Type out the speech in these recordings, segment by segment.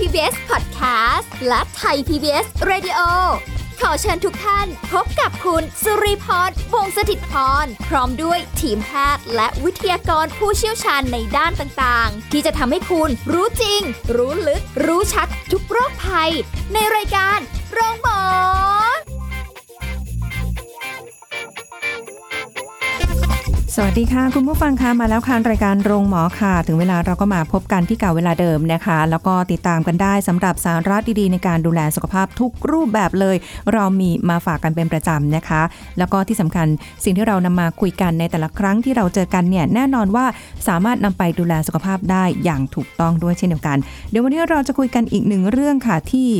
PBS Podcast และไทย PBS Radio ขอเชิญทุกท่านพบกับคุณสุริพรวงศสถิตพร พร้อมด้วยทีมแพทย์และวิทยากรผู้เชี่ยวชาญในด้านต่างๆ ที่จะทำให้คุณรู้จริง รู้ลึก รู้ชัดทุกโรคภัย ในรายการโรงพยาบาล สวัสดีค่ะ คุณผู้ฟังคะมาแล้วค่ะรายการโรงหมอค่ะ ถึงเวลาเราก็มาพบกันที่เก่าเวลาเดิมนะคะ แล้วก็ติดตามกันได้สำหรับสาระดีๆ ในการดูแลสุขภาพทุกรูปแบบเลย เรามีมาฝากกันเป็นประจำนะคะ แล้วก็ที่สำคัญสิ่งที่เรานำมาคุยกันในแต่ละครั้งที่เราเจอกันเนี่ยแน่นอนว่าสามารถนำไปดูแลสุขภาพได้อย่างถูกต้องด้วยเช่นเดียวกัน เดี๋ยววันนี้เราจะคุยกันอีกหนึ่งเรื่องค่ะที่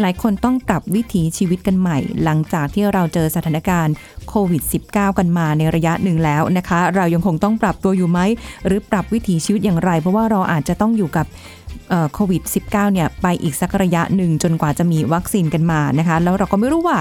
หลายคนต้องปรับวิถีชีวิตกันใหม่ หลังจากที่เราเจอสถานการณ์โควิด -19 กันมาในระยะหนึ่งแล้วนะคะ เรายังคงต้องปรับตัวอยู่ไหม หรือปรับวิถีชีวิตอย่างไร เพราะว่าเราอาจจะต้องอยู่กับเอ่อโควิด -19 เนี่ยไปอีกสักระยะหนึ่งจนกว่าจะมีวัคซีนกันมานะคะ แล้วเราก็ไม่รู้ว่า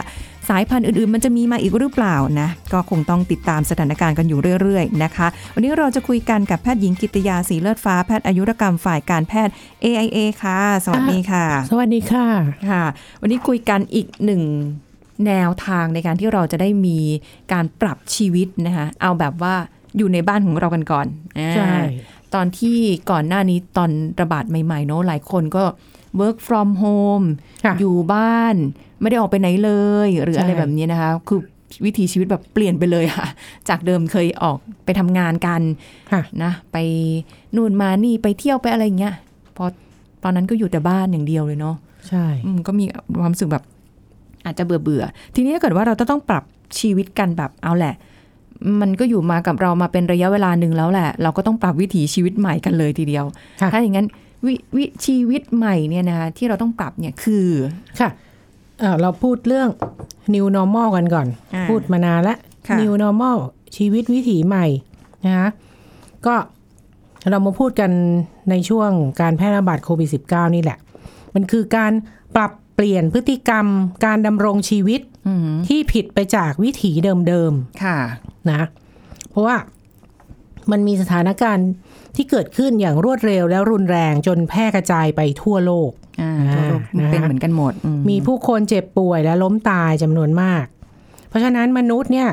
สายพันธุ์อื่นๆ มันจะมีมาอีกหรือเปล่านะ ก็คงต้องติดตามสถานการณ์กันอยู่เรื่อยๆนะคะ วันนี้เราจะคุยกันกับแพทย์หญิงกิตยาศรีเลิศฟ้าแพทย์อายุรกรรมฝ่ายการแพทย์ AIA ค่ะ สวัสดีค่ะ สวัสดีค่ะ ค่ะ วันนี้คุยกันอีกหนึ่งแนวทางในการที่เราจะได้มีการปรับชีวิตนะคะเอาแบบว่าอยู่ในบ้านของเรากันก่อนอ่า ใช่ ตอนที่ก่อนหน้านี้ตอนระบาดใหม่ ๆ เนอะหลายคนก็ work from home ค่ะ อยู่บ้านไม่ได้ออกไปไหนเลย หรือ ใช่ อะไรแบบนี้นะคะ คือวิถีชีวิตแบบเปลี่ยนไปเลยค่ะ จากเดิมเคยออกไปทำงานกัน ค่ะ นะไปนู่นมานี่ไปเที่ยวไปอะไรอย่างเงี้ยพอตอนนั้นก็อยู่แต่บ้านอย่างเดียวเลยเนาะ ใช่ อืมก็มีความรู้สึกแบบอาจจะเบื่อเบื่อๆทีนี้ถ้าเกิดว่าเราจะต้องปรับชีวิตกันแบบเอาแหละ มันก็อยู่มากับเรามาเป็นระยะเวลาหนึ่งแล้วแหละ เราก็ต้องปรับวิถีชีวิตใหม่กันเลยทีเดียว ค่ะ ถ้าอย่างนั้นววิชีวิตใหม่เนี่ยนะคะที่เราต้องปรับเนี่ยคือ ค่ะเอ่อเราพูดเรื่อง new normal กันก่อน อ่า พูดมานานแล้ว ค่ะ new normal ชีวิตวิถีใหม่นะคะก็เรามาพูดกันในช่วงการแพร่ระบาดโควิด -19 นี่แหละ มันคือการปรับเปลี่ยนพฤติกรรม การดำรงชีวิต อืม ที่ผิดไปจากวิถีเดิมๆ ค่ะ นะ เพราะว่ามันมีสถานการณ์ที่เกิดขึ้นอย่างรวดเร็วและรุนแรงจนแพร่กระจายไปทั่วโลก อ่าทั่วโลก นะคะ เป็นเหมือนกันหมดอื มีผู้คนเจ็บป่วยและล้มตายจำนวนมาก เพราะฉะนั้นมนุษย์เนี่ย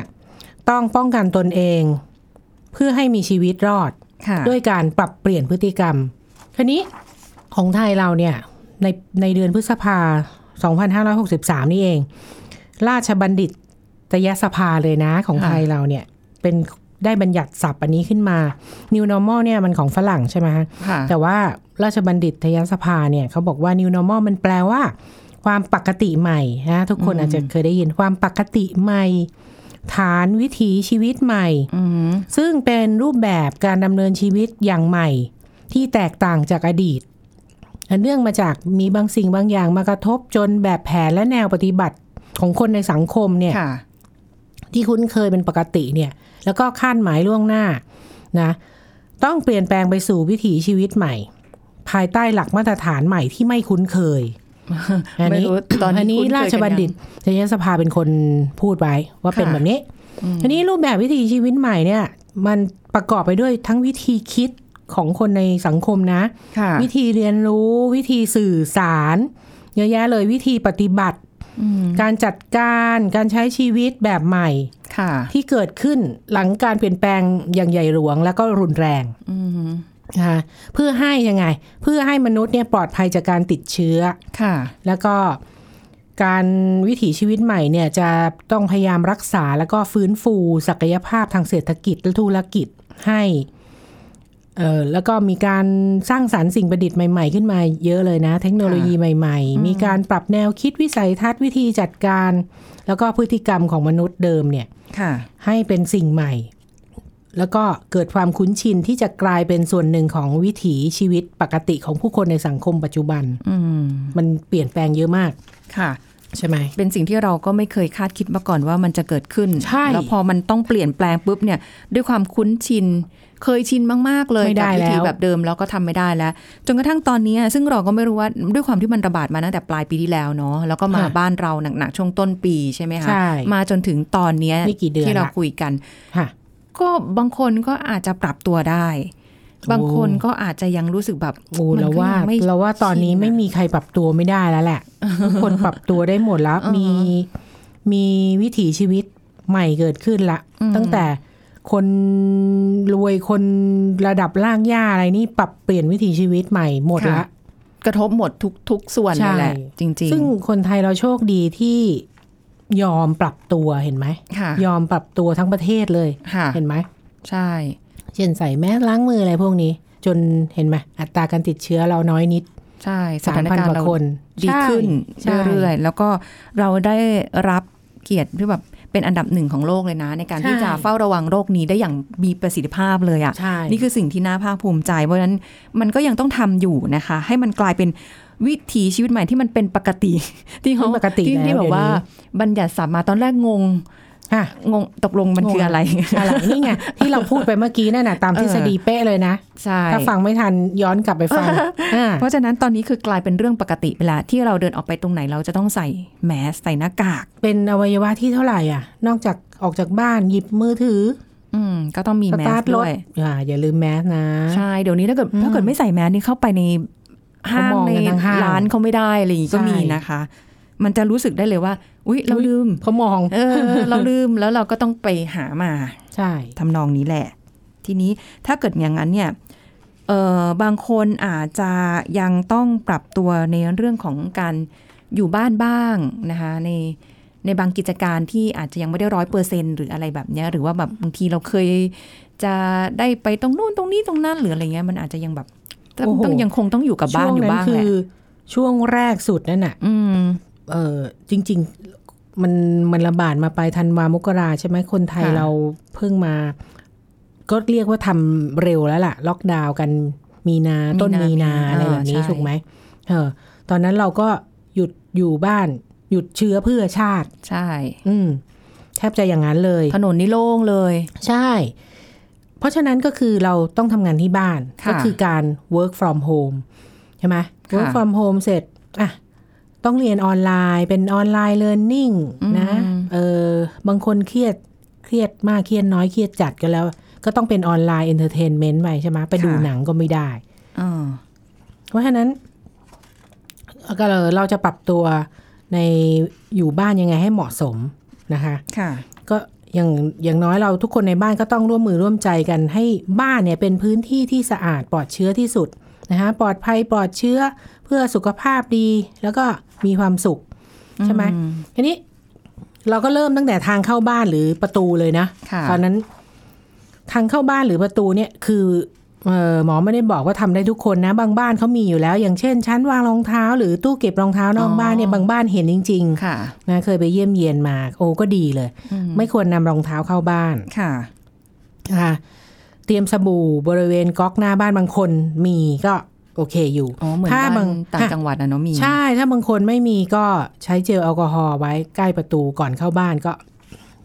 ต้องป้องกันตนเอง เพื่อให้มีชีวิตรอด ค่ะ ด้วยการปรับเปลี่ยนพฤติกรรมทีนี้ของไทยเราเนี่ยในในเดือนพฤษภา 2563 นี่เอง ราชบัณฑิตยสภาเลยนะของ ค่ะ ไทยเราเนี่ยเป็นได้บัญญัติศัพท์อันนี้ขึ้นมา New Normal เนี่ยมันของฝรั่งใช่ไหมฮะ ค่ะ แต่ว่าราชบัณฑิตยสภาเนี่ยเขาบอกว่า new normal มันแปลว่า ความปกติใหม่นะทุกคน อืม อาจจะเคยได้ยินความปกติใหม่ ฐานวิถีชีวิตใหม่ อืม ซึ่งเป็นรูปแบบการดำเนินชีวิตอย่างใหม่ ที่แตกต่างจากอดีตอันเนื่องมาจากมีบางสิ่งบางอย่างมากระทบจนแบบแผนและแนวปฏิบัติของคนในสังคมเนี่ย ค่ะ ที่คุ้นเคยเป็นปกติเนี่ย แล้วก็คาดหมายล่วงหน้านะ ต้องเปลี่ยนแปลงไปสู่วิถีชีวิตใหม่ ภายใต้หลักมาตรฐานใหม่ที่ไม่คุ้นเคย ไม่รู้ตอนนี้ อันนี้ คุ้นเคยกันยัง ราชบัณฑิตยสภาเป็นคนพูดไว้ว่าเป็น ค่ะ แบบนี้ ทีนี้รูปแบบวิถีชีวิตใหม่เนี่ย มันประกอบไปด้วยทั้งวิธีคิดของคนในสังคมนะ ค่ะ วิธีเรียนรู้วิธีสื่อสารเยอะแยะเลยวิธีปฏิบัติ อืม การจัดการการใช้ชีวิตแบบใหม่ ค่ะ ที่เกิดขึ้นหลังการเปลี่ยนแปลงอย่างใหญ่หลวงและก็รุนแรง อืม นะคะเพื่อให้ยังไง เพื่อให้มนุษย์เนี่ยปลอดภัยจากการติดเชื้อ ค่ะ แล้วก็การวิถีชีวิตใหม่เนี่ยจะต้องพยายามรักษาแล้วก็ฟื้นฟูศักยภาพทางเศรษฐกิจและธุรกิจให้เออแล้วก็มีการสร้างสารรค์สิ่งประดิษฐ์ใหม่ ๆ ขึ้นมาเยอะเลยนะ เทคโนโลยีใหม่ ๆ มีการปรับแนวคิดวิสัยทัศน์วิธีจัดการ แล้วก็พฤติกรรมของมนุษย์เดิมเนี่ย ค่ะ ให้เป็นสิ่งใหม่ แล้วก็เกิดความคุ้นชินที่จะกลายเป็นส่วนหนึ่งของวิถีชีวิตปกติของผู้คนในสังคมปัจจุบัน อืม มันเปลี่ยนแปลงเยอะมาก ค่ะ ใช่ไหม เป็นสิ่งที่เราก็ไม่เคยคาดคิดมาก่อนว่ามันจะเกิดขึ้น ใช่ แล้วพอมันต้องเปลี่ยนแปลงปุ๊บเนี่ย ด้วยความคุ้นชิน เคยชินมาก ๆ เลย ไม่ได้ กับวิธี แล้ว แบบเดิมแล้วก็ทำไม่ได้แล้ว จนกระทั่งตอนนี้ซึ่งเราก็ไม่รู้ว่าด้วยความที่มันระบาดมาตั้งแต่ปลายปีที่แล้วเนาะ แล้วก็มาบ้านเราหนัก ๆ ช่วงต้นปีใช่ไหมคะ ใช่ มาจนถึงตอนเนี้ย ไม่กี่เดือน ที่เรา ละ คุยกัน ค่ะ ก็บางคนก็อาจจะปรับตัวได้ บางคนก็อาจจะยังรู้สึกแบบ โอ้ มัน เรา ก็ ว่า ยังไม่ เราว่าตอนนี้ไม่มีใครปรับตัวไม่ได้แล้วแหละ ทุกคนปรับตัวได้หมด แล้ว อือฮะ มีมีวิถีชีวิตใหม่เกิดขึ้นละ อืม ตั้งแต่คนรวยคนระดับล่างย่าอะไรนี่ปรับเปลี่ยนวิถีชีวิตใหม่หมดละ กระทบหมดทุกทุกส่วน ใช่ เลยแหละจริง ซึ่งคนไทยเราโชคดีที่ยอมปรับตัวเห็นไหม ๆค่ะ ยอมปรับตัวทั้งประเทศเลย ค่ะ เห็นไหม ใช่ เช่นใส่แมสล้างมืออะไรพวกนี้ จนเห็นไหมอัตราการติดเชื้อเราน้อยนิด ใช่ส สาม ถาน พัน การ ก ณ์ ว่า เรา คน ดีขึ้น ใช่ เรื่อย ใช่ ๆ แล้วก็เราได้รับเกียรติที่แบบเป็นอันดับหนึ่งของโลกเลยนะ ในการ ใช่ ที่จะเฝ้าระวังโรคนี้ได้อย่างมีประสิทธิภาพเลยอะ ใช่ ่ะ นี่คือสิ่งที่น่าภาคภูมิใจ เพราะฉะนั้นมันก็ยังต้องทำอยู่นะคะ ให้มันกลายเป็นวิถีชีวิตใหม่ที่มันเป็นปกติ ที่เขา ปกติ ที่ แล้ว ที่แบบว่าบัญญัติสามาตอนแรกงง ค่ะ งงตกลงมัน งง คืออะไร อะไรนี่ไง ที่เราพูดไปเมื่อกี้นั่นน่ะตาม เออ ทฤษฎีเป๊ะเลยนะ ใช่ ถ้าฟังไม่ทันย้อนกลับไป ฟังอ่า เพราะฉะนั้นตอนนี้คือกลายเป็นเรื่องปกติไปแล้วที่เราเดินออกไปตรงไหนเราจะต้องใส่แมสใส่หน้ากาก เป็นอวัยวะที่เท่าไหร่อ่ะ นอกจากออกจากบ้านหยิบมือถือ อืมก็ต้องมี ส แม ตา ส ร์ทร ด้ ถ วย อ่าอย่าลืมแมสนะ ใช่ เดี๋ยวนี้ถ้าเกิด อืม ถ้าเกิดไม่ใส่แมสนี่เข้าไปในห้าง เขามอง ใน กันทั้งห้าง ร้านเขาไม่ได้อะไรอย่างงี้ก็ ใช่ มีนะคะ มันจะรู้สึกได้เลยว่า อุ๊ย เราลืม เขามอง เออ เราลืมแล้วเราก็ต้องไปหามา ใช่ ทำนองนี้แหละ ทีนี้ถ้าเกิดอย่างนั้นเนี่ยเออบางคนอาจจะยังต้องปรับตัวในเรื่องของการอยู่บ้านบ้างนะคะ ในในบางกิจการที่อาจจะยังไม่ได้ร้อยเปอร์เซ็นหรืออะไรแบบเนี้ยหรือว่าแบบบางทีเราเคย จะได้ไปตรงนู่นตรงนี้ตรงนั้นหรืออะไรเงี้ยมันอาจจะยังแบบต้อง โอ้โห ต้องยังคงต้องอยู่กับบ้าน ช่วง อยู่ นั้น บ้าง คื แหละ อช่วงแรกสุดนั่นน่ะ อืม เออจริง ๆ มันมันระบาดมาปลายธันวามกราใช่ไหมคนไทย ค่ะ เราเพิ่งมา ก็เรียกว่าทำเร็วแล้วล่ะ ล็อกดาวน์กันมีนาต้นมีนาอะไรแบบนี้ถูกไหมเออ ตอนนั้นเราก็หยุดอยู่บ้าน หยุดเชื้อเพื่อชาติ ใช่ อืมแทบจะอย่างนั้นเลย ถนนนี่โล่งเลย ใช่ เพราะฉะนั้นก็คือเราต้องทำงานที่บ้าน ค่ะ ก็คือการ work from home ใช่ไหม ค่ะ work from home เสร็จอ่ะต้องเรียนออนไลน์เป็นออนไลน์ learning นะ อืม เออบางคนเครียดเครียดมากเครียดน้อยเครียดจัดก็แล้ว ก็ต้องเป็นออนไลน์ entertainment ไปใช่ไหมไปดูหนังก็ไม่ได้ อ่า เพราะฉะนั้นก็เลยเราจะปรับตัวในอยู่บ้านยังไงให้เหมาะสมนะคะ ค่ะ ก็อย่างอย่างน้อยเราทุกคนในบ้านก็ต้องร่วมมือร่วมใจกันให้บ้านเนี่ยเป็นพื้นที่ที่สะอาดปลอดเชื้อที่สุดนะคะปลอดภัยปลอดเชื้อเพื่อสุขภาพดี แล้วก็มีความสุข ใช่ไหม อืม ทีนี้เราก็เริ่มตั้งแต่ทางเข้าบ้านหรือประตูเลยนะ ค่ะ ตอนนั้นทางเข้าบ้านหรือประตูเนี่ยคือเอ่อหมอไม่ได้บอกว่าทำได้ทุกคนนะ บางบ้านเขามีอยู่แล้ว อย่างเช่นชั้นวางรองเท้า หรือตู้เก็บรองเท้านอกบ้านเนี่ยบางบ้านเห็นจริง ค่ะ ๆนะเคยไปเยี่ยมเยียนมา โอ้ก็ดีเลย อื ไม่ควรนำรองเท้าเข้าบ้าน ค่ะ นะคะเตรียมสบู่บริเวณก๊อกหน้าบ้านบางคนมีก็โอเคอยู่ อ๋อเหมือน ถ้า บ้าน บาง ต่าง ฮะ จังหวัดนะเนาะมี ใช่ถ้าบางคนไม่มีก็ใช้เจลแอลกอฮอล์ไว้ใกล้ประตูก่อนเข้าบ้านก็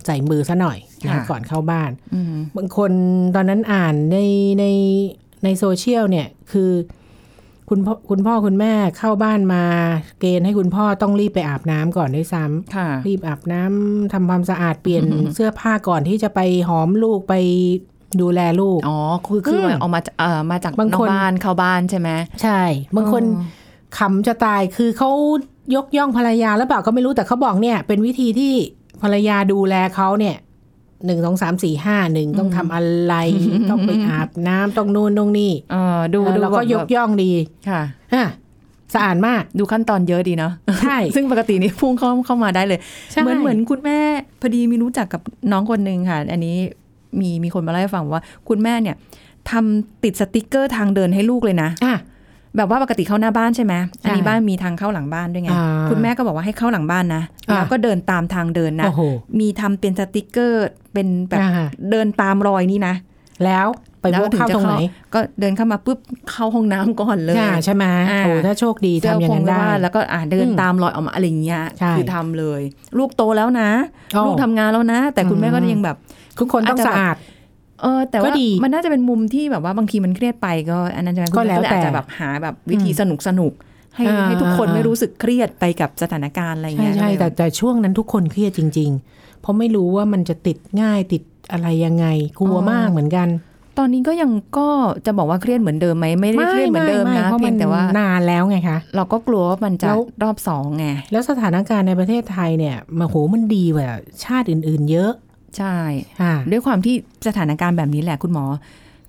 ใส่มือซะหน่อยนะก่อนเข้าบ้าน อืม บางคนตอนนั้นอ่านในในในโซเชียลเนี่ยคือคุณพ่อคุณพ่อคุณแม่เข้าบ้านมา เกณฑ์ให้คุณพ่อต้องรีบไปอาบน้ำก่อนด้วยซ้ำ ค่ะ รีบอาบน้ำทำความสะอาดเปลี่ยน เสื้อผ้าก่อนที่จะไปหอมลูกไปดูแลลูก อ๋อคือคืออ ม ออกมาจากเอ่อมาจาก บาง นอ ค ก น บ้านเข้าบ้านใช่ไหม ใช่ บางคน อ๋อ ขำจะตายคือเขายกย่องภรรยาหรือเปล่าก็ไม่รู้แต่เขาบอกเนี่ย เป็นวิธีที่ภรรยาดูแลเขาเนี่ยหนึ่งสองสามสี่ห้าหนึ่งต้องทำอะไร ต้องไปอาบน้ำต้องนู่นต้องนี่ เออดู เออ ดู เราก็ แบบ ยกย่องดี ค่ะ อ่ะสะอาดมาก ดูขั้นตอนเยอะดีเนาะ ใช่ ซึ่งปกตินี่พุ่งเข้าเข้ามาได้เลย ใช่ เหมือนเหมือนคุณแม่พอดีมีรู้จักกับน้องคนหนึ่งค่ะ อันนี้มีมีคนมาเล่าให้ฟังว่า คุณแม่เนี่ยทำติดสติกเกอร์ทางเดินให้ลูกเลยนะ อ่ะ แบบว่าปกติเข้าหน้าบ้านใช่ไหมอันนี้ ใช่ บ้านมีทางเข้าหลังบ้านด้วยไง อ่า คุณแม่ก็บอกว่าให้เข้าหลังบ้านนะ อ่า แล้วก็เดินตามทางเดินนะ โอ้โห มีทำเป็นสติกเกอร์เป็นแบบ อ่า เดินตามรอยนี่นะ แล้วไปพ แล้ว กเข้าตรงไหน ก็เดินเข้ามาปุ๊บเข้าห้องน้ำก่อนเลย อ่าใช่ไหม อ่า โอ้ถ้าโชคดี เสื้อ ทำอย่า ค ง งแล้วนั้นได้ ว่าแล้วก็อ่าเดิน อืม ตามรอยออกมาอะไรอย่างเงี้ย ใช่ คือทำเลย ลูกโตแล้วนะ อ้อ ลูกทำงานแล้วนะ แต่คุณแม่ก็ อืม ยังแบบ ทุกคนต้อง อาจจะ สะอาด เออแต่ ก็ ว่า ดี มันน่าจะเป็นมุมที่แบบว่าบางทีมันเครียดไปก็อันนั้นใช่ไหม ก็แล้วคุณแต่ม่อาจจะแบบหาแบบวิธี อืม สนุกสนุกๆให้ อ่า ให้ทุกคน อ่า ไม่รู้สึกเครียดไปกับสถานการณ์อะไรอย่าง ใช่ เงี้ย ใช่ ก็เลย แต่แต่ช่วงนั้นทุกคนเครียดจริง ๆ เพราะไม่รู้ว่ามันจะติดง่ายติดอะไรยังไง กลัวมากเหมือนกัน ตอนนี้ก็ยังก็จะบอกว่าเครียดเหมือนเดิมไหมไม่ได้เครียดเหมือนเดิมนะ ไไพรา เพียงแต่ว่าน านแล้วไงคะ เราก็กลัวว่ามันจะ แล้ว รอบสองไง แล้วสถานการณ์ในประเทศไทยเนี่ยมาโหมันดีกว่าชาติอื่น ๆ เยอะ ใช่ อ่า ด้วยความที่สถานการณ์แบบนี้แหละคุณหมอ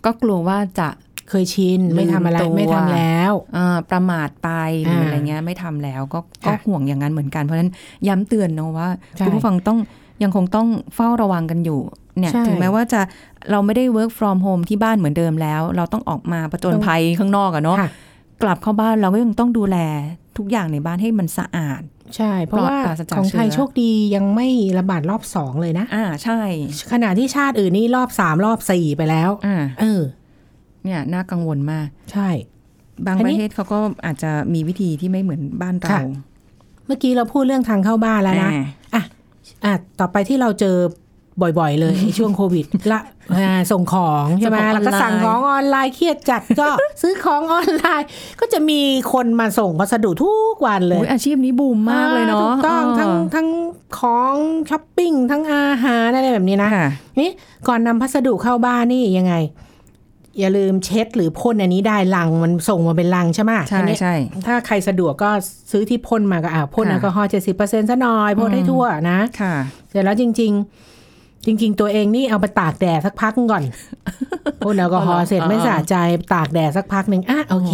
ก็กลัวว่าจะ เคยชิน ไม่ทำอะไร ลืมตัว ไม่ทำแล้ว เอ่อประมาทไปหรือ อ่า อะไรเงี้ยไม่ทำแล้วก็ก็ ค่ะ ห่วงอย่างนั้นเหมือนกันเพราะฉะนั้นย้ำเตือนเนาะว่า ใช่ คุณผู้ฟังต้องยังคงต้องเฝ้าระวังกันอยู่เนี่ย ใช่ ถึงแม้ว่าจะเราไม่ได้ work from home ที่บ้านเหมือนเดิมแล้ว เราต้องออกมาประจน ต้อง ภัยข้างนอกอะเนาะ ค่ะ กลับเข้าบ้านเราก็ยังต้องดูแลทุกอย่างในบ้านให้มันสะอาด ใช่ เพราะว่า ปลอดปราศจาก ของไทย เชื้อ โชคดียังไม่ระบาดรอบสองเลยนะ อ่าใช่ ขณะที่ชาติอื่นนี่รอบสามรอบสี่ไปแล้ว อ่า เออ เนี่ยน่ากังวลมาก ใช่ บาง อัน ป นี้ ระเทศเขาก็อาจจะมีวิธีที่ไม่เหมือนบ้านเรา ค่ะ เมื่อกี้เราพูดเรื่องทางเข้าบ้านแล้วนะ อ่า อ่ะ อ่ะ ต่อไปที่เราเจอบ่อยๆ เลย ในช่วงโควิด ละอ่าส่งของใช่ไหม ส่งของออนไลน์ แล้วก็สั่งของออนไลน์เครียดจัด ก็ ซื้อของออนไลน์ ก็จะมีคนมาส่งพัสดุทุกวันเลย อุ๊ยอาชีพนี้บูมมากเลยเนาะ ถูกต้องทั้งทั้งของช้อปปิ้งทั้งอาหารอะไรแบบนี้นะ ค่ะ นี่ก่อนนำพัสดุเข้าบ้านนี่ยังไง อย่าลืมเช็ดหรือพ่นอันนี้ได้ลังมันส่งมาเป็นลังใช่ไหม ใช่ อันนี้ ใช่ ถ้าใครสะดวกก็ซื้อที่พ่นมาก็อ่าพ่น ค่ะ แอลกอฮอล์เจ็ดสิบเปอร์เซ็นต์ซะหน่อยพ่นให้ อืม ทั่วนะ ค่ะ เสร็จแล้วจริง ๆ จริง ๆ ตัวเองนี่เอาไปตากแดดสักพัก ก่อน พ่นแอลกอฮอล์เสร็จไม่ อ่า สะใจตากแดดสักพักหนึ่งอ่ะโอเค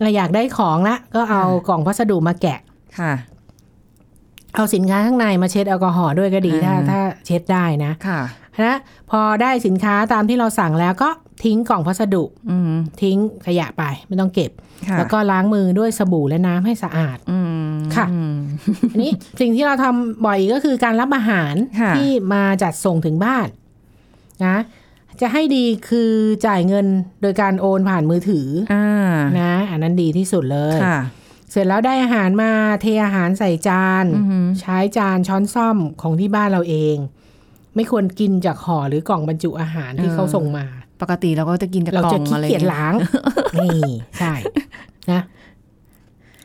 เราอยากได้ของละก็เอากล่องพัสดุมาแกะ ค่ะ เอาสินค้าข้างในมาเช็ดแอลกอฮอล์ด้วยก็ดีถ้า อ่า ถ้าเช็ดได้นะ ค่ะ นะพอได้สินค้าตามที่เราสั่งแล้วก็ทิ้งกล่องพัสดุ อืม ทิ้งขยะไปไม่ต้องเก็บ ค่ะ แล้วก็ล้างมือด้วยสบู่และน้ำให้สะอาด อืม ค่ะ อันนี้ สิ่งที่เราทำบ่อยก็คือการรับอาหาร ค่ะ ที่มาจัดส่งถึงบ้านนะจะให้ดีคือจ่ายเงินโดยการโอนผ่านมือถือ อ่า นะ อันนั้นดีที่สุดเลย ค่ะ เสร็จแล้วได้อาหารมาเทอาหารใส่จาน อือหือ ใช้จานช้อนซ่อมของที่บ้านเราเอง ไม่ควรกินจากห่อหรือกล่องบรรจุอาหารที่เขาส่งมา ปกติเราก็จะกินแต่ เรา กล่อ จะ ง ขี้ อะไร เกียจล้าง นี่ใช่นะ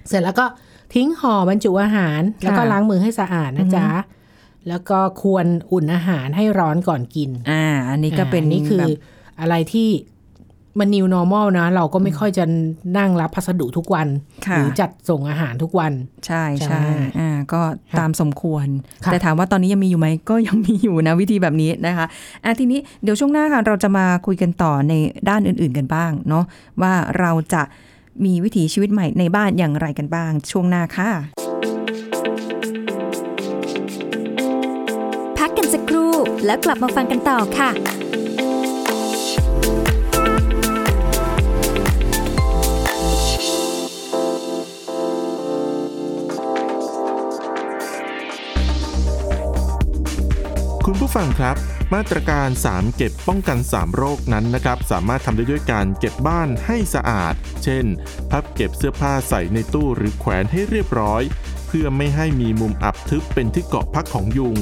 เสร็จแล้วก็ทิ้งห่อบรรจุอาหาร แล้วก็ล้างมือให้สะอาดนะจ๊ะ แล้วก็ควรอุ่นอาหารให้ร้อนก่อนกิน อ่า อันนี้ก็เป็น อ่านี่คือ แบบ อะไรที่มัน new normal นะ เราก็ไม่ค่อยจะนั่งรับพัสดุทุกวัน ห ค่ะ รือจัดส่งอาหารทุกวัน ใช่ ใช่ ใช่อ่า ก็ ค่ะ ตามสมควร ค่ะ แต่ถามว่าตอนนี้ยังมีอยู่ไหมก็ยังมีอยู่นะวิธีแบบนี้นะคะอ่ะทีนี้เดี๋ยวช่วงหน้าค่ะเราจะมาคุยกันต่อในด้านอื่น ๆกันบ้างเนาะว่าเราจะมีวิถีชีวิตใหม่ในบ้านอย่างไรกันบ้าง ช่วงหน้าค่ะ พักกันสักครู่แล้วกลับมาฟังกันต่อค่ะ คุณผู้ฟังครับ มาตรการ 3 เก็บป้องกัน 3 โรคนั้นนะครับ สามารถทำได้ด้วยการเก็บบ้านให้สะอาด เช่น พับเก็บเสื้อผ้าใส่ในตู้หรือแขวนให้เรียบร้อย เพื่อไม่ให้มีมุมอับทึบเป็นที่เกาะพักของยุง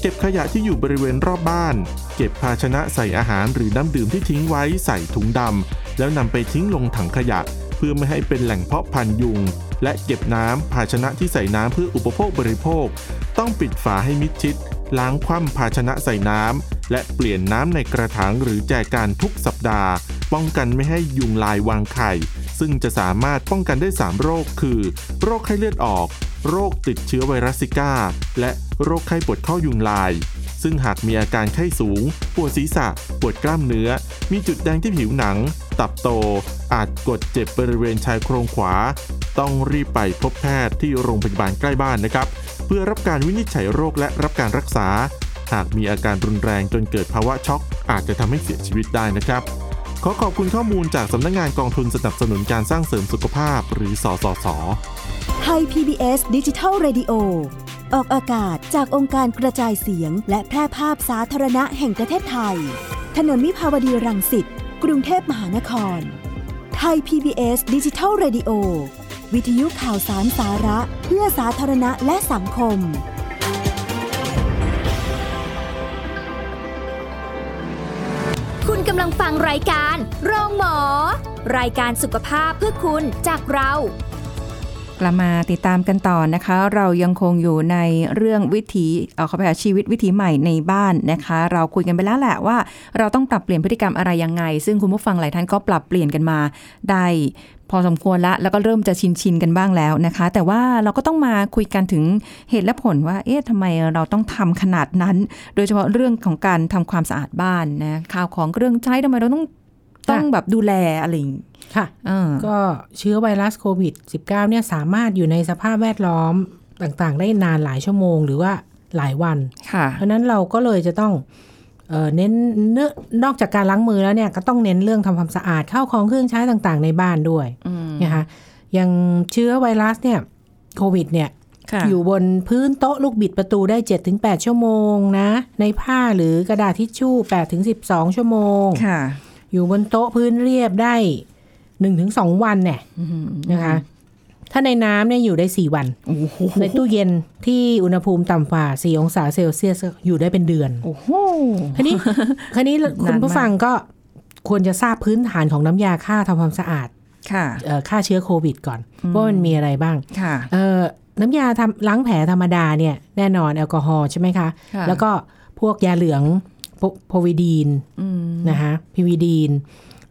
เก็บขยะที่อยู่บริเวณรอบบ้าน เก็บภาชนะใส่อาหารหรือน้ำดื่มที่ทิ้งไว้ใส่ถุงดำแล้วนำไปทิ้งลงถังขยะ เพื่อไม่ให้เป็นแหล่งเพาะพันธุ์ยุง และเก็บน้ำภาชนะที่ใส่น้ำเพื่ออุปโภคบริโภค ต้องปิดฝาให้มิดชิด ล้างคว่ำภาชนะใส่น้ำ และเปลี่ยนน้ำในกระถางหรือแจกันทุกสัปดาห์ ป้องกันไม่ให้ยุงลายวางไข่ ซึ่งจะสามารถป้องกันได้ 3 โรคคือ โรคไข้เลือดออก โรคติดเชื้อไวรัสซิก้า และโรคไข้ปวดข้อยุงลาย ซึ่งหากมีอาการไข้สูง ปวดศีรษะ ปวดกล้ามเนื้อ มีจุดแดงที่ผิวหนัง ตับโต อาจกดเจ็บบริเวณชายโครงขวา ต้องรีบไปพบแพทย์ที่โรงพยาบาลใกล้บ้านนะครับ เพื่อรับการวินิจฉัยโรคและรับการรักษา หากมีอาการรุนแรงจนเกิดภาวะช็อก อาจจะทำให้เสียชีวิตได้นะครับ ขอขอบคุณข้อมูลจากสำนักงานกองทุนสนับสนุนการสร้างเสริมสุขภาพหรือสสส ไทย PBS ดิจิทัล Radio ออกอากาศจากองค์การกระจายเสียง และแพร่ภาพสาธารณะแห่งประเทศไทย ถนนมิภาวดีรังสิต กรุงเทพมหานคร ไทย PBS ดิจิทัล Radio วิทยุข่าวสารสาระเพื่อสาธารณะและสังคม คุณกำลังฟังรายการ โรงหมอ รายการสุขภาพเพื่อคุณจากเรา กลับมาติดตามกันต่อนะคะ เรายังคงอยู่ในเรื่องวิถีเออเขาไปหาชีวิตวิถีใหม่ในบ้านนะคะ เราคุยกันไปแล้วแหละว่า เราต้องปรับเปลี่ยนพฤติกรรมอะไรยังไง ซึ่งคุณผู้ฟังหลายท่านก็ปรับเปลี่ยนกันมาได้พอสมควรละแล้วก็เริ่มจะชินชินๆกันบ้างแล้วนะคะ แต่ว่าเราก็ต้องมาคุยกันถึงเหตุและผลว่าเอ๊ะทำไมเราต้องทำขนาดนั้น โดยเฉพาะเรื่องของการทำความสะอาดบ้านนะข้าวของเครื่องใช้ทำไมเราต้องต้องแบบดูแลอะไรอย่างงี้ ค่ะ อ่า ก็เชื้อไวรัสโควิด -19 เนี่ยสามารถอยู่ในสภาพแวดล้อมต่างๆ ได้นานหลายชั่วโมงหรือว่าหลายวัน ค่ะ เพราะฉะนั้นเราก็เลยจะต้องเอ่อเน้นเนื้อนอกจากการล้างมือแล้วเนี่ยก็ต้องเน้นเรื่องทำความสะอาดข้าวของเครื่องใช้ต่างๆ ในบ้านด้วย อืม นะคะอย่างเชื้อไวรัสเนี่ยโควิดเนี่ย ค่ะ อยู่บนพื้นโต๊ะลูกบิดประตูได้ 7-8 ชั่วโมงนะ ในผ้าหรือกระดาษทิชชู่ 8-12 ชั่วโมง ค่ะ อยู่บนโต๊ะพื้นเรียบได้ 1-2 วันเนี่ย อืม นะคะ ถ้าในน้ำเนี่ยอยู่ได้ 4 วัน โอ้โห ในตู้เย็นที่อุณหภูมิต่ำกว่า 4 องศาเซลเซียสอยู่ได้เป็นเดือน โอ้โห คันนี้ คั นนี้คุณผู้ฟังก็ควรจะทราบพื้นฐานของน้ำยาฆ่าทำความสะอาด ค่ะ เอ่อฆ่าเชื้อโควิด ก่อนว่ามันมีอะไรบ้าง ค่ะ เอ่อน้ำยาทำล้างแผลธรรมดาเนี่ยแน่นอนแอลกอฮอล์ใช่ไหมคะ ค่ะ แล้วก็พวกยาเหลืองโพโพวิดีน อืม นะคะพิวิดีน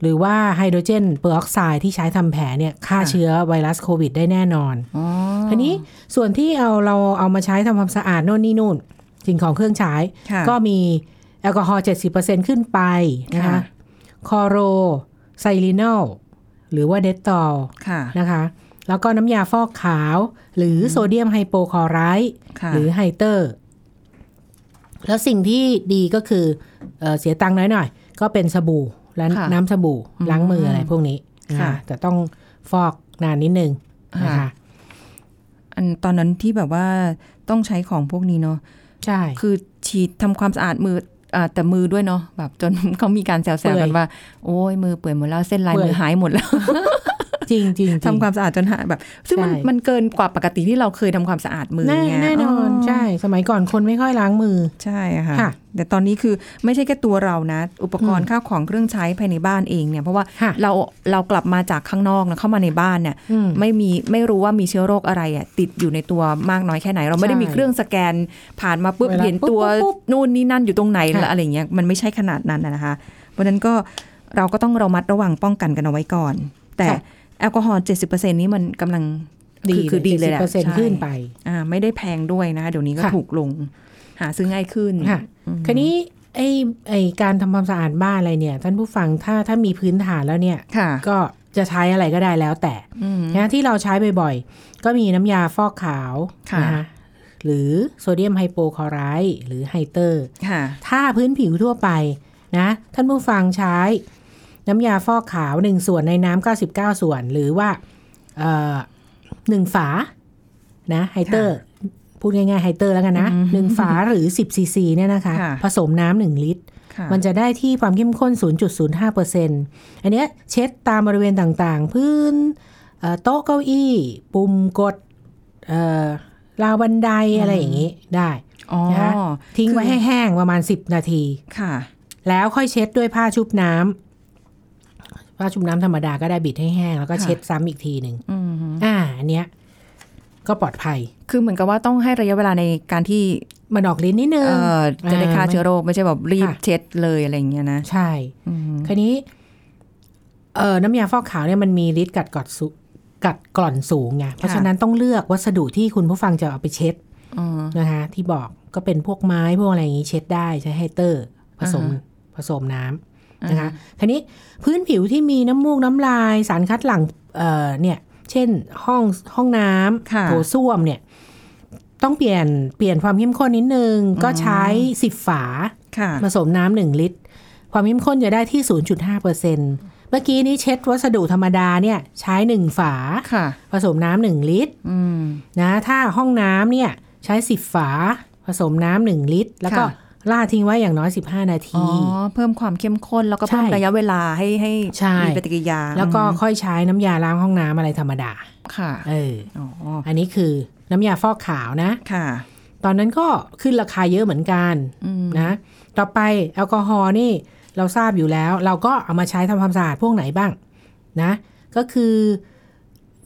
หรือว่าไฮโดรเจนเปอร์ออกไซด์ที่ใช้ทำแผลเนี่ยฆ่า ค่ะ เชื้อไวรัสโควิดได้แน่นอน อ๋อ ทีนี้ส่วนที่เอาเราเอามาใช้ทำความสะอาดโน่นนี่นู่นสิ่งของเครื่องใช้ ค่ะ ก็มีแอลกอฮอล์70%ขึ้นไปนะคะ ค่ะ คอโรไซลินอลหรือว่าเดตตอล ค่ะ นะคะแล้วก็น้ำยาฟอกขาว หรือโซเดียมไฮโปคลอไรด์ ค่ะ หรือไฮเตอร์ แล้วสิ่งที่ดีก็คือเออเสียตังค์น้อยหน่อย ก็เป็นสบู่และ ค่ะ น้ำสบู่ อืม ล้างมืออะไรพวกนี้ ค่ะ อ่าแต่ต้องฟอกนานนิดนึงนะคะ อันตอนนั้นที่แบบว่าต้องใช้ของพวกนี้เนาะ ใช่ คือฉีดทำความสะอาดมืออ่าแต่มือด้วยเนาะแบบจน เขามีการแซ เปื่ ว อย ๆกันว่า โอ้ยมือเปื่อยหมดแล้วเส้นลายมืเปื่อยอหายหมดแล้ว จริงจริงจ ทำ ริง ความสะอาดจนหายแบบ ซึ่งมัน ใช่ มันเกินกว่าปกติที่เราเคยทำความสะอาดมือ แน่ เนี่ย แน่นอนใช่ สมัยก่อนคนไม่ค่อยล้างมือ ใช่ค่ะ ค่ะ แต่ตอนนี้คือไม่ใช่แค่ตัวเรานะ อุปกรณ์ อืม ข้าวของเครื่องใช้ภายในบ้านเองเนี่ยเพราะว่า ค่ะ เราเรากลับมาจากข้างนอกนะเข้ามาในบ้านเนี่ย อืม ไม่มีไม่รู้ว่ามีเชื้อโรคอะไรอ่ะติดอยู่ในตัวมากน้อยแค่ไหน เราไม่ได้ ใช่ มีเครื่องสแกนผ่านมาปุ๊บ เวลา เห็นตัว ปุ๊บปุ๊บปุ๊บ นู่นนี่นั่นอยู่ตรงไหน ค่ะ แล้วอะไรเงี้ยมันไม่ใช่ขนาดนั้นนะนะคะเพราะฉะนั้นก็เราก็ต้องระมัดระวังป้องกันกันเอาไว้ก่อน แต่แอลกอฮอล์70%นี้มันกำลัง ดี คือคือดีเลยแหละ เปอร์เซ็นต์ ใช่ ขึ้นไป อ่าไม่ได้แพงด้วยนะคะเดี๋ยวนี้ก็ ค่ะ ถูกลงหาซื้อง่ายขึ้น ค่ะ อืม คันนี้ไอไอการทำความสะอาดบ้านอะไรเนี่ย ท่านผู้ฟังถ้าถ้ามีพื้นฐานแล้วเนี่ย ค่ะ ก็จะใช้อะไรก็ได้แล้วแต่ อืม นะที่เราใช้บ่อยๆ ก็มีน้ำยาฟอกขาว ค่ะ นหรือโซเดียมไฮโปคลอไรด์หรือไฮเตอร์ ค่ะ ถ้าพื้นผิวทั่วไปนะ ท่านผู้ฟังใช้น้ำยาฟอกขาว 1 ส่วนในน้ำ99 ส่วน หรือว่าเอ่อหนึ่งฝานะไฮเตอร์ พูดง่ายๆไฮเตอร์แล้วกันนะ อืม หนึ่งฝาหรือ 10ซีซีเนี่ยนะคะ ค่ะ ผสมน้ำหนึ่งลิตร ค่ะ มันจะได้ที่ความเข้มข้น 0.05%อันเนี้ยเช็ดตามบริเวณต่างๆ พื้นเอ่อโต๊ะเก้าอี้ ปุ่มกดเอ่อราวบันไดอะไรอย่างนี้ได้ อ๋อ นะคะ ทิ้งไว้ให้แห้งประมาณ 10 นาที ค่ะ แล้วค่อยเช็ดด้วยผ้าชุบน้ำผ้าชุบน้ำธรรมดาก็ได้บิดให้แห้ง แล้วก็ ค่ะ เช็ดซ้ำอีกทีหนึ่ง อืม อ่าอันเนี้ยก็ปลอดภัย คือเหมือนกับว่าต้องให้ระยะเวลาในการที่ มันออกลิ้นนิดนึง เอ่อจะได้ฆ่าเชื้อโรคไม่ใช่แบบรีบ ค่ะ เช็ดเลยอะไรอย่างเงี้ยนะ ใช่ อืม คันนี้เอ่อน้ำยาฟอกขาวเนี่ยมันมีฤทธิ์กัดกร่อนสูกัดกร่อนสูงไงเพราะฉะนั้นต้องเลือกวัสดุที่คุณผู้ฟังจะเอาไปเช็ด อ๋อ นะคะที่บอกก็เป็นพวกไม้พวกอะไรอย่างนี้เช็ดได้ใช้ไฮเตอร์ ผสม อ่าฮะ ผสมน้ำนะคะคันนี้พื้นผิวที่มีน้ำมูกน้ำลายสารคัดหลั่งเอ่อเนี่ยเช่นห้องห้องน้ำ ค่ะ โถส้วมเนี่ยต้องเปลี่ยนเปลี่ยนความเข้มข้นนิดนึงก็ใช้สิบฝา ค่ะ ผสมน้ำหนึ่งลิตร ความเข้มข้นจะได้ที่ 0.5เปอร์เซ็นต์เมื่อกี้นี้เช็ดวัสดุธรรมดาเนี่ยใช้หนึ่งฝา ค่ะ ผสมน้ำหนึ่งลิตร อืม นะถ้าห้องน้ำเนี่ยใช้สิบฝา ผสมน้ำหนึ่งลิตร แล้วก็ ค่ะ ล่าทิ้งไว้อย่างน้อย 15 นา อ๋ ที อเพิ่มความเข้มข้นแล้วก็เพิ่ม ใช่ ระยะเวลาให้ให้ ใช่ มีปฏิกิริยา แล้วก็ อืม ค่อยใช้น้ำยาล้างห้องน้ำอะไรธรรมดา ค่ะ เออ อ๋อ อันนี้คือน้ำยาฟอกขาวนะ ค่ะ ตอนนั้นก็ขึ้นราคาเยอะเหมือนกัน อืม นะต่อไปแอลกอฮอล์นี่เราทราบอยู่แล้ว เราก็เอามาใช้ทำความสะอาดพวกไหนบ้างนะก็คือ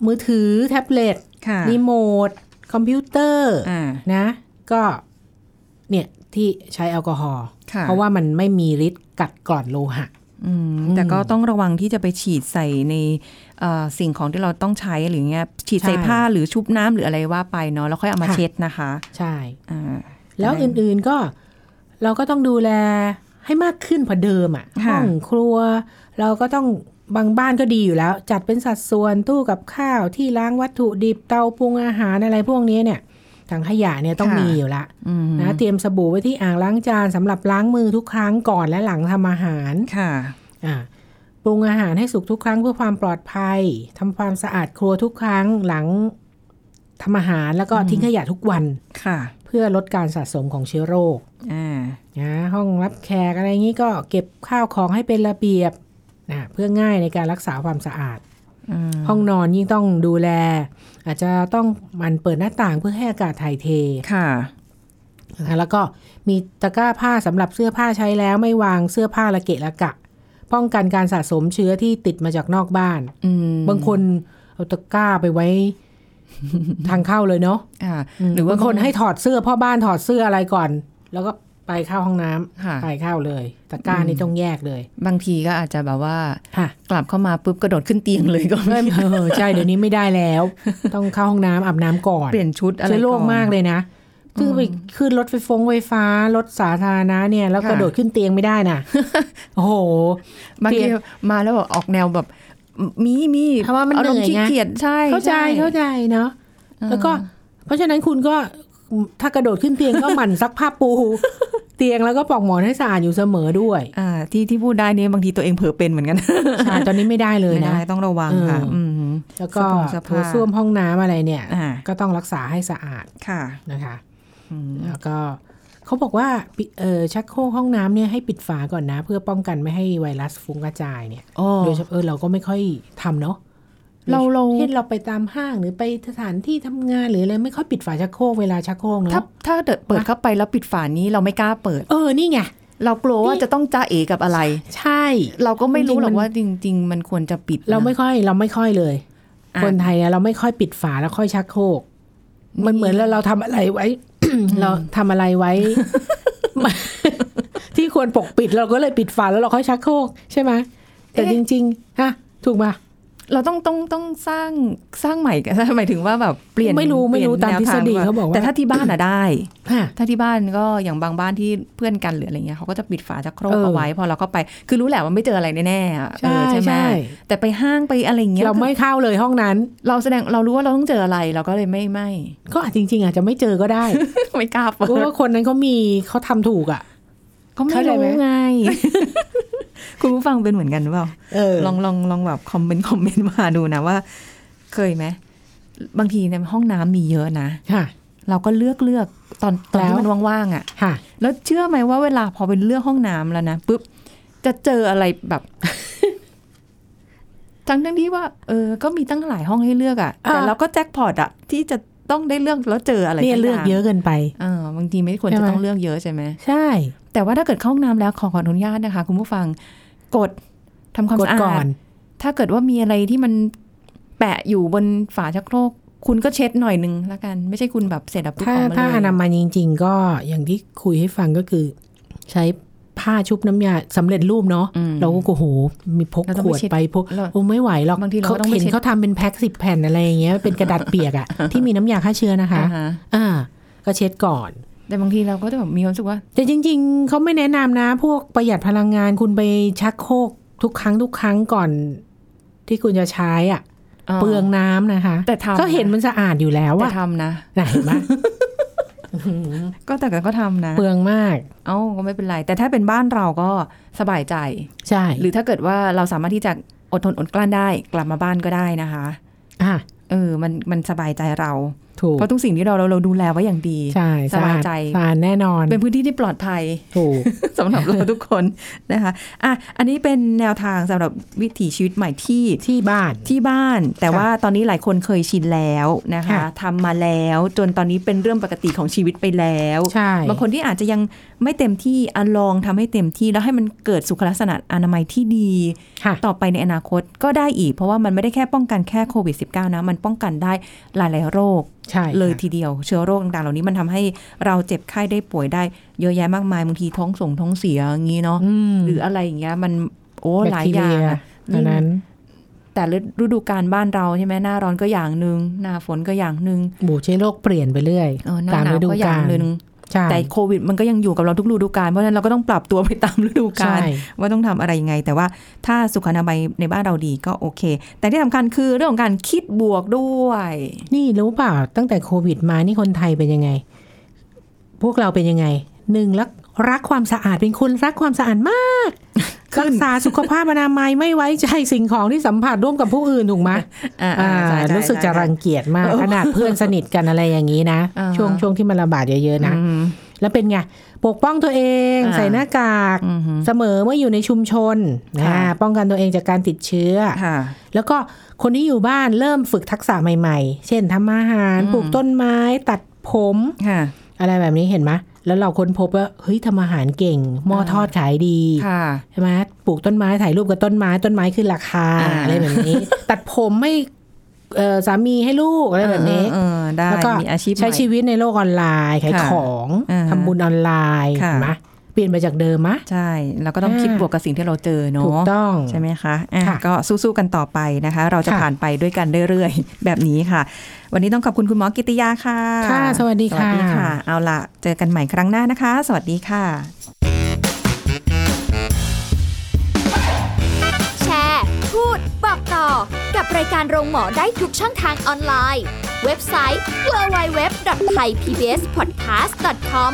มือถือแท็บเล็ต ค่ะ รีโมทคอมพิวเตอร์ อ่า นะ ก็เนี่ยที่ใช้แอลกอฮอล์ ค่ะ เพราะว่ามันไม่มีฤทธิ์กัดกร่อนโลหะ อืมแต่ก็ต้องระวังที่จะไปฉีดใส่ในเอ่อสิ่งของที่เราต้องใช้หรืออย่างเงี้ยฉีดใส่ ใช่ ผ้าหรือชุบน้ำหรืออะไรว่าไปเนาะแล้วค่อยเอามา ค่ะ เช็ดนะคะ ใช่ อ่า แล้วอื่นๆก็เราก็ต้องดูแลให้มากขึ้นกว่าเดิมอ่ะ ค่ะ ห้องครัว เราก็ต้องบางบ้านก็ดีอยู่แล้ว จัดเป็นสัดส่วนตู้กับข้าวที่ล้างวัตถุดิบเตาปรุงอาหารอะไรพวกนี้เนี่ยถังขยะเนี่ยต้องมีอยู่ละ อืม นะเตรียมสบู่ไว้ที่อ่างล้างจานสำหรับล้างมือทุกครั้งก่อนและหลังทำอาหาร ค่ะ อ่าปรุงอาหารให้สุกทุกครั้งเพื่อความปลอดภัยทำความสะอาดครัวทุกครั้งหลังทำอาหารแล้วก็ทิ้งขยะทุกวัน ค่ะ เพื่อลดการสะสมของเชื้อโรค อ่า นะห้องรับแขกอะไรงี้ก็เก็บข้าวของให้เป็นระเบียบนะเพื่อง่ายในการรักษาความสะอาด อืม ห้องนอนยิ่งต้องดูแล อาจจะต้องหมันเปิดหน้าต่างเพื่อให้อากาศถ่ายเท ค่ะ นะคะแล้วก็มีตะกร้าผ้าสำหรับเสื้อผ้าใช้แล้วไม่วางเสื้อผ้าละเกะละกะ ป้องกันการสะสมเชื้อที่ติดมาจากนอกบ้าน อืม บางคนเอาตะกร้าไปไว้ ทางเข้าเลยเนาะ อ่า หรือว่าคนให้ถอดเสื้อพ่อบ้านถอดเสื้ออะไรก่อน แล้วก็ไปเข้าห้องน้ำ ค่ะ ไปเข้าเลยตะกร้า อืม นี่ต้องแยกเลย บางทีก็อาจจะแบบว่า ค่ะ กลับเข้ามาปุ๊บกระโดดขึ้นเตียงเลยก็ เอ้ ไม่ ยเออ ใช่ เดี๋ยวนี้ไม่ได้แล้ว ต้องเข้าห้องน้ำอาบน้ำก่อน เปลี่ยนชุดอะไร เชื้อโรค อน มากเลยนะคือไปขึ้นรถไฟฟงไฟฟ้ารถสาธารณะเนี่ย แล้ว ค่ะ กระโดดขึ้นเตียงไม่ได้ น่ะ โอ้โห บางทีมาแล้วแบบออกแนวแบบมีมี เพราะว่ามัน อารมณ์ เหนื่อย ขี้ ไง เกียจใช่ เข้าใจ ช่ เข้าใจเนาะแล้วก็ เพราะฉะนั้นคุณก็ถ้ากระโดดขึ้นเตียงก็ห มั่นซักผ้าปู เตียงแล้วก็ปลอกหมอนให้สะอาดอยู่เสมอด้วย อ่าที่ที่พูดได้เนี่ยบางทีตัวเองเผลอเป็นเหมือนกัน ใช่ตอนนี้ไม่ได้เลย ไม่ นะ ได้ต้องระวังค่ะ เอออื อืม แล้วก็ เสื้อผงเสื้อผ้าโถส้วมห้องน้ำอะไรเนี่ย อ่า ก็ต้องรักษาให้สะอาด ค่ะ นะคะ อืม แล้วก็เขาบอกว่าปิเออชักโครกห้องน้ำเนี่ยให้ปิดฝาก่อนนะ เพื่อป้องกันไม่ให้ไวรัสฟุ้งกระจายเนี่ย โอ้ โดยเฉพาะเออเราก็ไม่ค่อยทำเนาะ เราเรา เช่นเราไปตามห้างหรือไปสถานที่ทำงานหรืออะไรไม่ค่อยปิดฝาชักโครกเวลาชักโครกเนาะ ถ้าถ้าเดินเปิดเข้าไปแล้วปิดฝานี้เราไม่กล้าเปิด เออนี่ไง เรากลัวว่าจะต้องจ้าเอกับอะไร ใช่ เราก็ไม่รู้หรอก จริงๆมัน ว่าจริง ๆ มันควรจะปิดนะ เราไม่ค่อยเราไม่ค่อยเลย อ่ะ คนไทยเนี่ยเราไม่ค่อยปิดฝาแล้วค่อยชักโครกมันเหมือนเราเราทำอะไรไว้ เราทำอะไรไว้ ที่ควรปกปิดเราก็เลยปิดฝาแล้วเราค่อยชักโครกใช่ไหมแต่จริงๆฮะถูกป่ะ เราต้องต้องต้องสร้างสร้างใหม่ กัน หมายถึงว่าแบบเปลี่ยน ไม่รู้ไม่รู้ เปลี่ยน ตามทฤษฎี แนวทง เขาบอกว่า แต่ถ้าที่บ้านอะได้ ฮะ ถ้าที่บ้านก็อย่างบางบ้านที่เพื่อนกันหรืออะไรเงี้ยเขาก็จะปิดฝาชักโครก เออ เอาไว้ พอเราเข้าไป คือรู้แหละว่าไม่เจออะไรแน่ๆอะ ใช่ เออไหม ใช่ แต่ไปห้างไปอะไรอย่างเงี้ย เราไม่ คือ เข้าเลยห้องนั้น เราแสดงเรารู้ว่าเราต้องเจออะไรเราก็เลยไม่ไม่ ก็อาจจริง ๆ อาจจะไม่เจอก็ ได้ ไม่กล้าเปิด เพราะว่าคนนั้นเขามีเขาทำถูกอ่ะ เขาไม่ เข้าใจไหม รู้ไง คุณผู้ฟังเป็นเหมือนกันหรือเปล่า เออ ลองลองลองแบบคอมเมนต์คอมเมนต์มาดูนะว่า เคยไหมบางทีในห้องน้ำมีเยอะนะ ค่ะ เราก็เลือกเลือกตอนตอนที่ แล้ว มันว่างๆอ่ะ ค่ะ แล้วเชื่อไหมว่าเวลาพอเป็นเรื่องห้องน้ำแล้วนะปุ๊บจะเจออะไรแบบ ทั้งทั้งที่ว่าเออ ก็มีตั้งหลายห้องให้เลือกอะ่ะ อ่า แต่เราก็แจ็คพอตอะที่จะต้องได้เลือกแล้วเจออะไร เนี่ย สั เลือก าง เยอะเกินไป อ่าบางทีไม่ควร ใช่ จะ ไหม ต้องเลือกเยอะใช่ไหม ใช่ แต่ว่าถ้าเกิดเข้าห้องน้ำแล้วขอขออนุญาตนะคะ คุณผู้ฟังกดทำความ กด สะอาด ก่อน ถ้าเกิดว่ามีอะไรที่มันแปะอยู่บนฝาชักโครก คุณก็เช็ดหน่อยนึงละกัน ไม่ใช่คุณแบบเสร็จแล้วปุ๊บอ ถ้า อกมา ถ้า เล อย นามัยจริง ๆ ก็อย่างที่คุยให้ฟังก็คือ ใช้ผ้าชุบน้ำยาสำเร็จรูปเนาะ อืม เราก็โอ้โหมีพก เราต้อ ข งไป วด เช็ด ไปพก เรา โอ้ไม่ไหวหรอก บางทีเราก็ เขา ต้องไป เห็น เช็ด เขาทำเป็นแพ็คสิบแผ่นอะไรอย่างเงี้ยเป็นกระดาษเปียกอะ ที่มีน้ำยาฆ่าเชื้อนะคะ อ่าฮะ อ่า ก็เช็ดก่อน แต่บางทีเราก็จะแบบมีความรู้สึกว่า แต่จริง ๆ เขาไม่แนะนำนะ พวกประหยัดพลังงานคุณไปชักโครกทุกครั้งทุกครั้งก่อน ที่คุณจะใช้อ่ะ เปลืองน้ำนะคะ แต่ทำ ก็เห็นมันสะอาดอยู่แล้ว แต่ อะ ทำนะ ไหน บ้าง ก็แต่ก็ทำนะ เปลืองมาก เอ้าก็ไม่เป็นไร แต่ถ้าเป็นบ้านเราก็สบายใจ ใช่ หรือถ้าเกิดว่าเราสามารถที่จะอดทนอดกลั้นได้ กลับมาบ้านก็ได้นะคะ อ่ะ เออ มันมันสบายใจเรา ถูก เพราะทุกสิ่งที่เราเราเราดูแลไว้อย่างดี ใช่ ส สะ บาย อาด ใจ สะอาดแน่นอน เป็นพื้นที่ที่ปลอดภัย ถูก สำหรับเราทุกคนนะคะอ่ะอันนี้เป็นแนวทางสำหรับวิถีชีวิตใหม่ที่ ที่บ้าน ที่บ้าน แต่ว่าตอนนี้หลายคนเคยชินแล้วนะคะ ค่ะ ทำมาแล้วจนตอนนี้เป็นเรื่องปกติของชีวิตไปแล้ว ใช่ บางคนที่อาจจะยังไม่เต็มที่อะลองทำให้เต็มที่แล้วให้มันเกิดสุขลักษณะอนามัยที่ดี ค่ะ ต่อไปในอนาคตก็ได้อีก เพราะว่ามันไม่ได้แค่ป้องกันแค่โควิด -19 นะ มันป้องกันได้หลาย ๆ โรค ใช่ เลย ค่ะ ทีเดียวเชื้อโรคต่างๆ เหล่านี้มันทำให้เราเจ็บไข้ได้ป่วยได้เยอะแยะมากมายบางทีท้องส่งท้องเสียอย่างนี้เนาะ อืม หรืออะไรอย่างเงี้ยมันโอ้หลาย แบคอย่างทีเรี อะ ยิ่ อั ง นนั้น แต่ฤดูกาลบ้านเราใช่ไหมหน้าร้อนก็อย่างหนึ่งหน้าฝนก็อย่างหนึ่ง บูใช้โลกเปลี่ยนไปเรื่อย เออหน้า ตาม หนา ฤ ว ดู ก็อย่าก างล หนึ่ง ใช่ แต่โควิด มันก็ยังอยู่กับเราทุกฤดูกาลเพราะฉะนั้นเราก็ต้องปรับตัวไปตามฤดูกา ใช่ ล ว่าต้องทำอะไรยังไง แต่ว่าถ้าสุขอนามัยในบ้านเราดีก็โอเค แต่ที่สำคัญคือเรื่องของการคิดบวกด้วย นี่รู้เปล่าตั้งแต่โควิดมานี่คนไทยเป็นยังไง พวกเราเป็นยังไงหนึ่งรักรักความสะอาดเป็นคนรักความสะอาดมาก ขึ้น รักษาสุขภาพอนามัยไม่ไว้ใจสิ่งของที่สัมผัสร่วมกับผู้อื่นถูกไหม อ่า อ่า ใช่ใช่ รู้สึกจะ ใช่ รังเกียจมาก เออ ขนาดเพื่อนสนิทกันอะไรอย่างนี้นะ อ่าฮะ ช่วงช่วงที่มันระบาดเยอะๆนะ อืม แล้วเป็นไง ปกป้องตัวเอง อ่า ใส่หน้ากาก อืมฮึ เสมอเมื่ออยู่ในชุมชน ค่ะ อ่าป้องกันตัวเองจากการติดเชื้อ ค่ะ แล้วก็คนที่อยู่บ้านเริ่มฝึกทักษะใหม่ๆ เช่นทำอาหาร อืม ปลูกต้นไม้ตัดผม ค่ะ อะไรแบบนี้เห็นไหมแล้วเราค้นพบว่าเฮ้ยทำอาหารเก่งหม้อทอดขายดี ค่ะ ใช่ไหมปลูกต้นไม้ถ่ายรูปกับต้นไม้ต้นไม้ขึ้นราคา อ่า อะไรแบบ นี้ ตัดผมให้เอ่อสามีให้ลูกอะไรแบบนี้ เออเออได้ แล้วก็ มีอาชีพหใช้ม่ ชีวิตในโลกออนไลน์ขาย ค่ะ ของ อ่า ทำบุญออนไลน์ ค่ะ เห็นไหมเปลี่ยนไปจากเดิมมะ ใช่แล้วก็ต้องคิด อ่า บวกกับสิ่งที่เราเจอ ถูก เนาะ ต้อง ใช่ไหมคะอ่ะ ค่ะ ก็สู้ๆกันต่อไปนะคะ เราจะ ค่ะ ผ่านไปด้วยกันเรื่อยๆ แบบนี้ค่ะ วันนี้ต้องขอบคุณคุณหมอกิติยาค่ะ ค่ะ สวัสดี สวัสดีค่ะ เอาล่ะ เจอกันใหม่ครั้งหน้านะคะ สวัสดีค่ะ แชร์ พูด บอกต่อ กับรายการโรงหมอได้ทุกช่องทางออนไลน์ เว็บไซต์ www.thaipbspodcast.com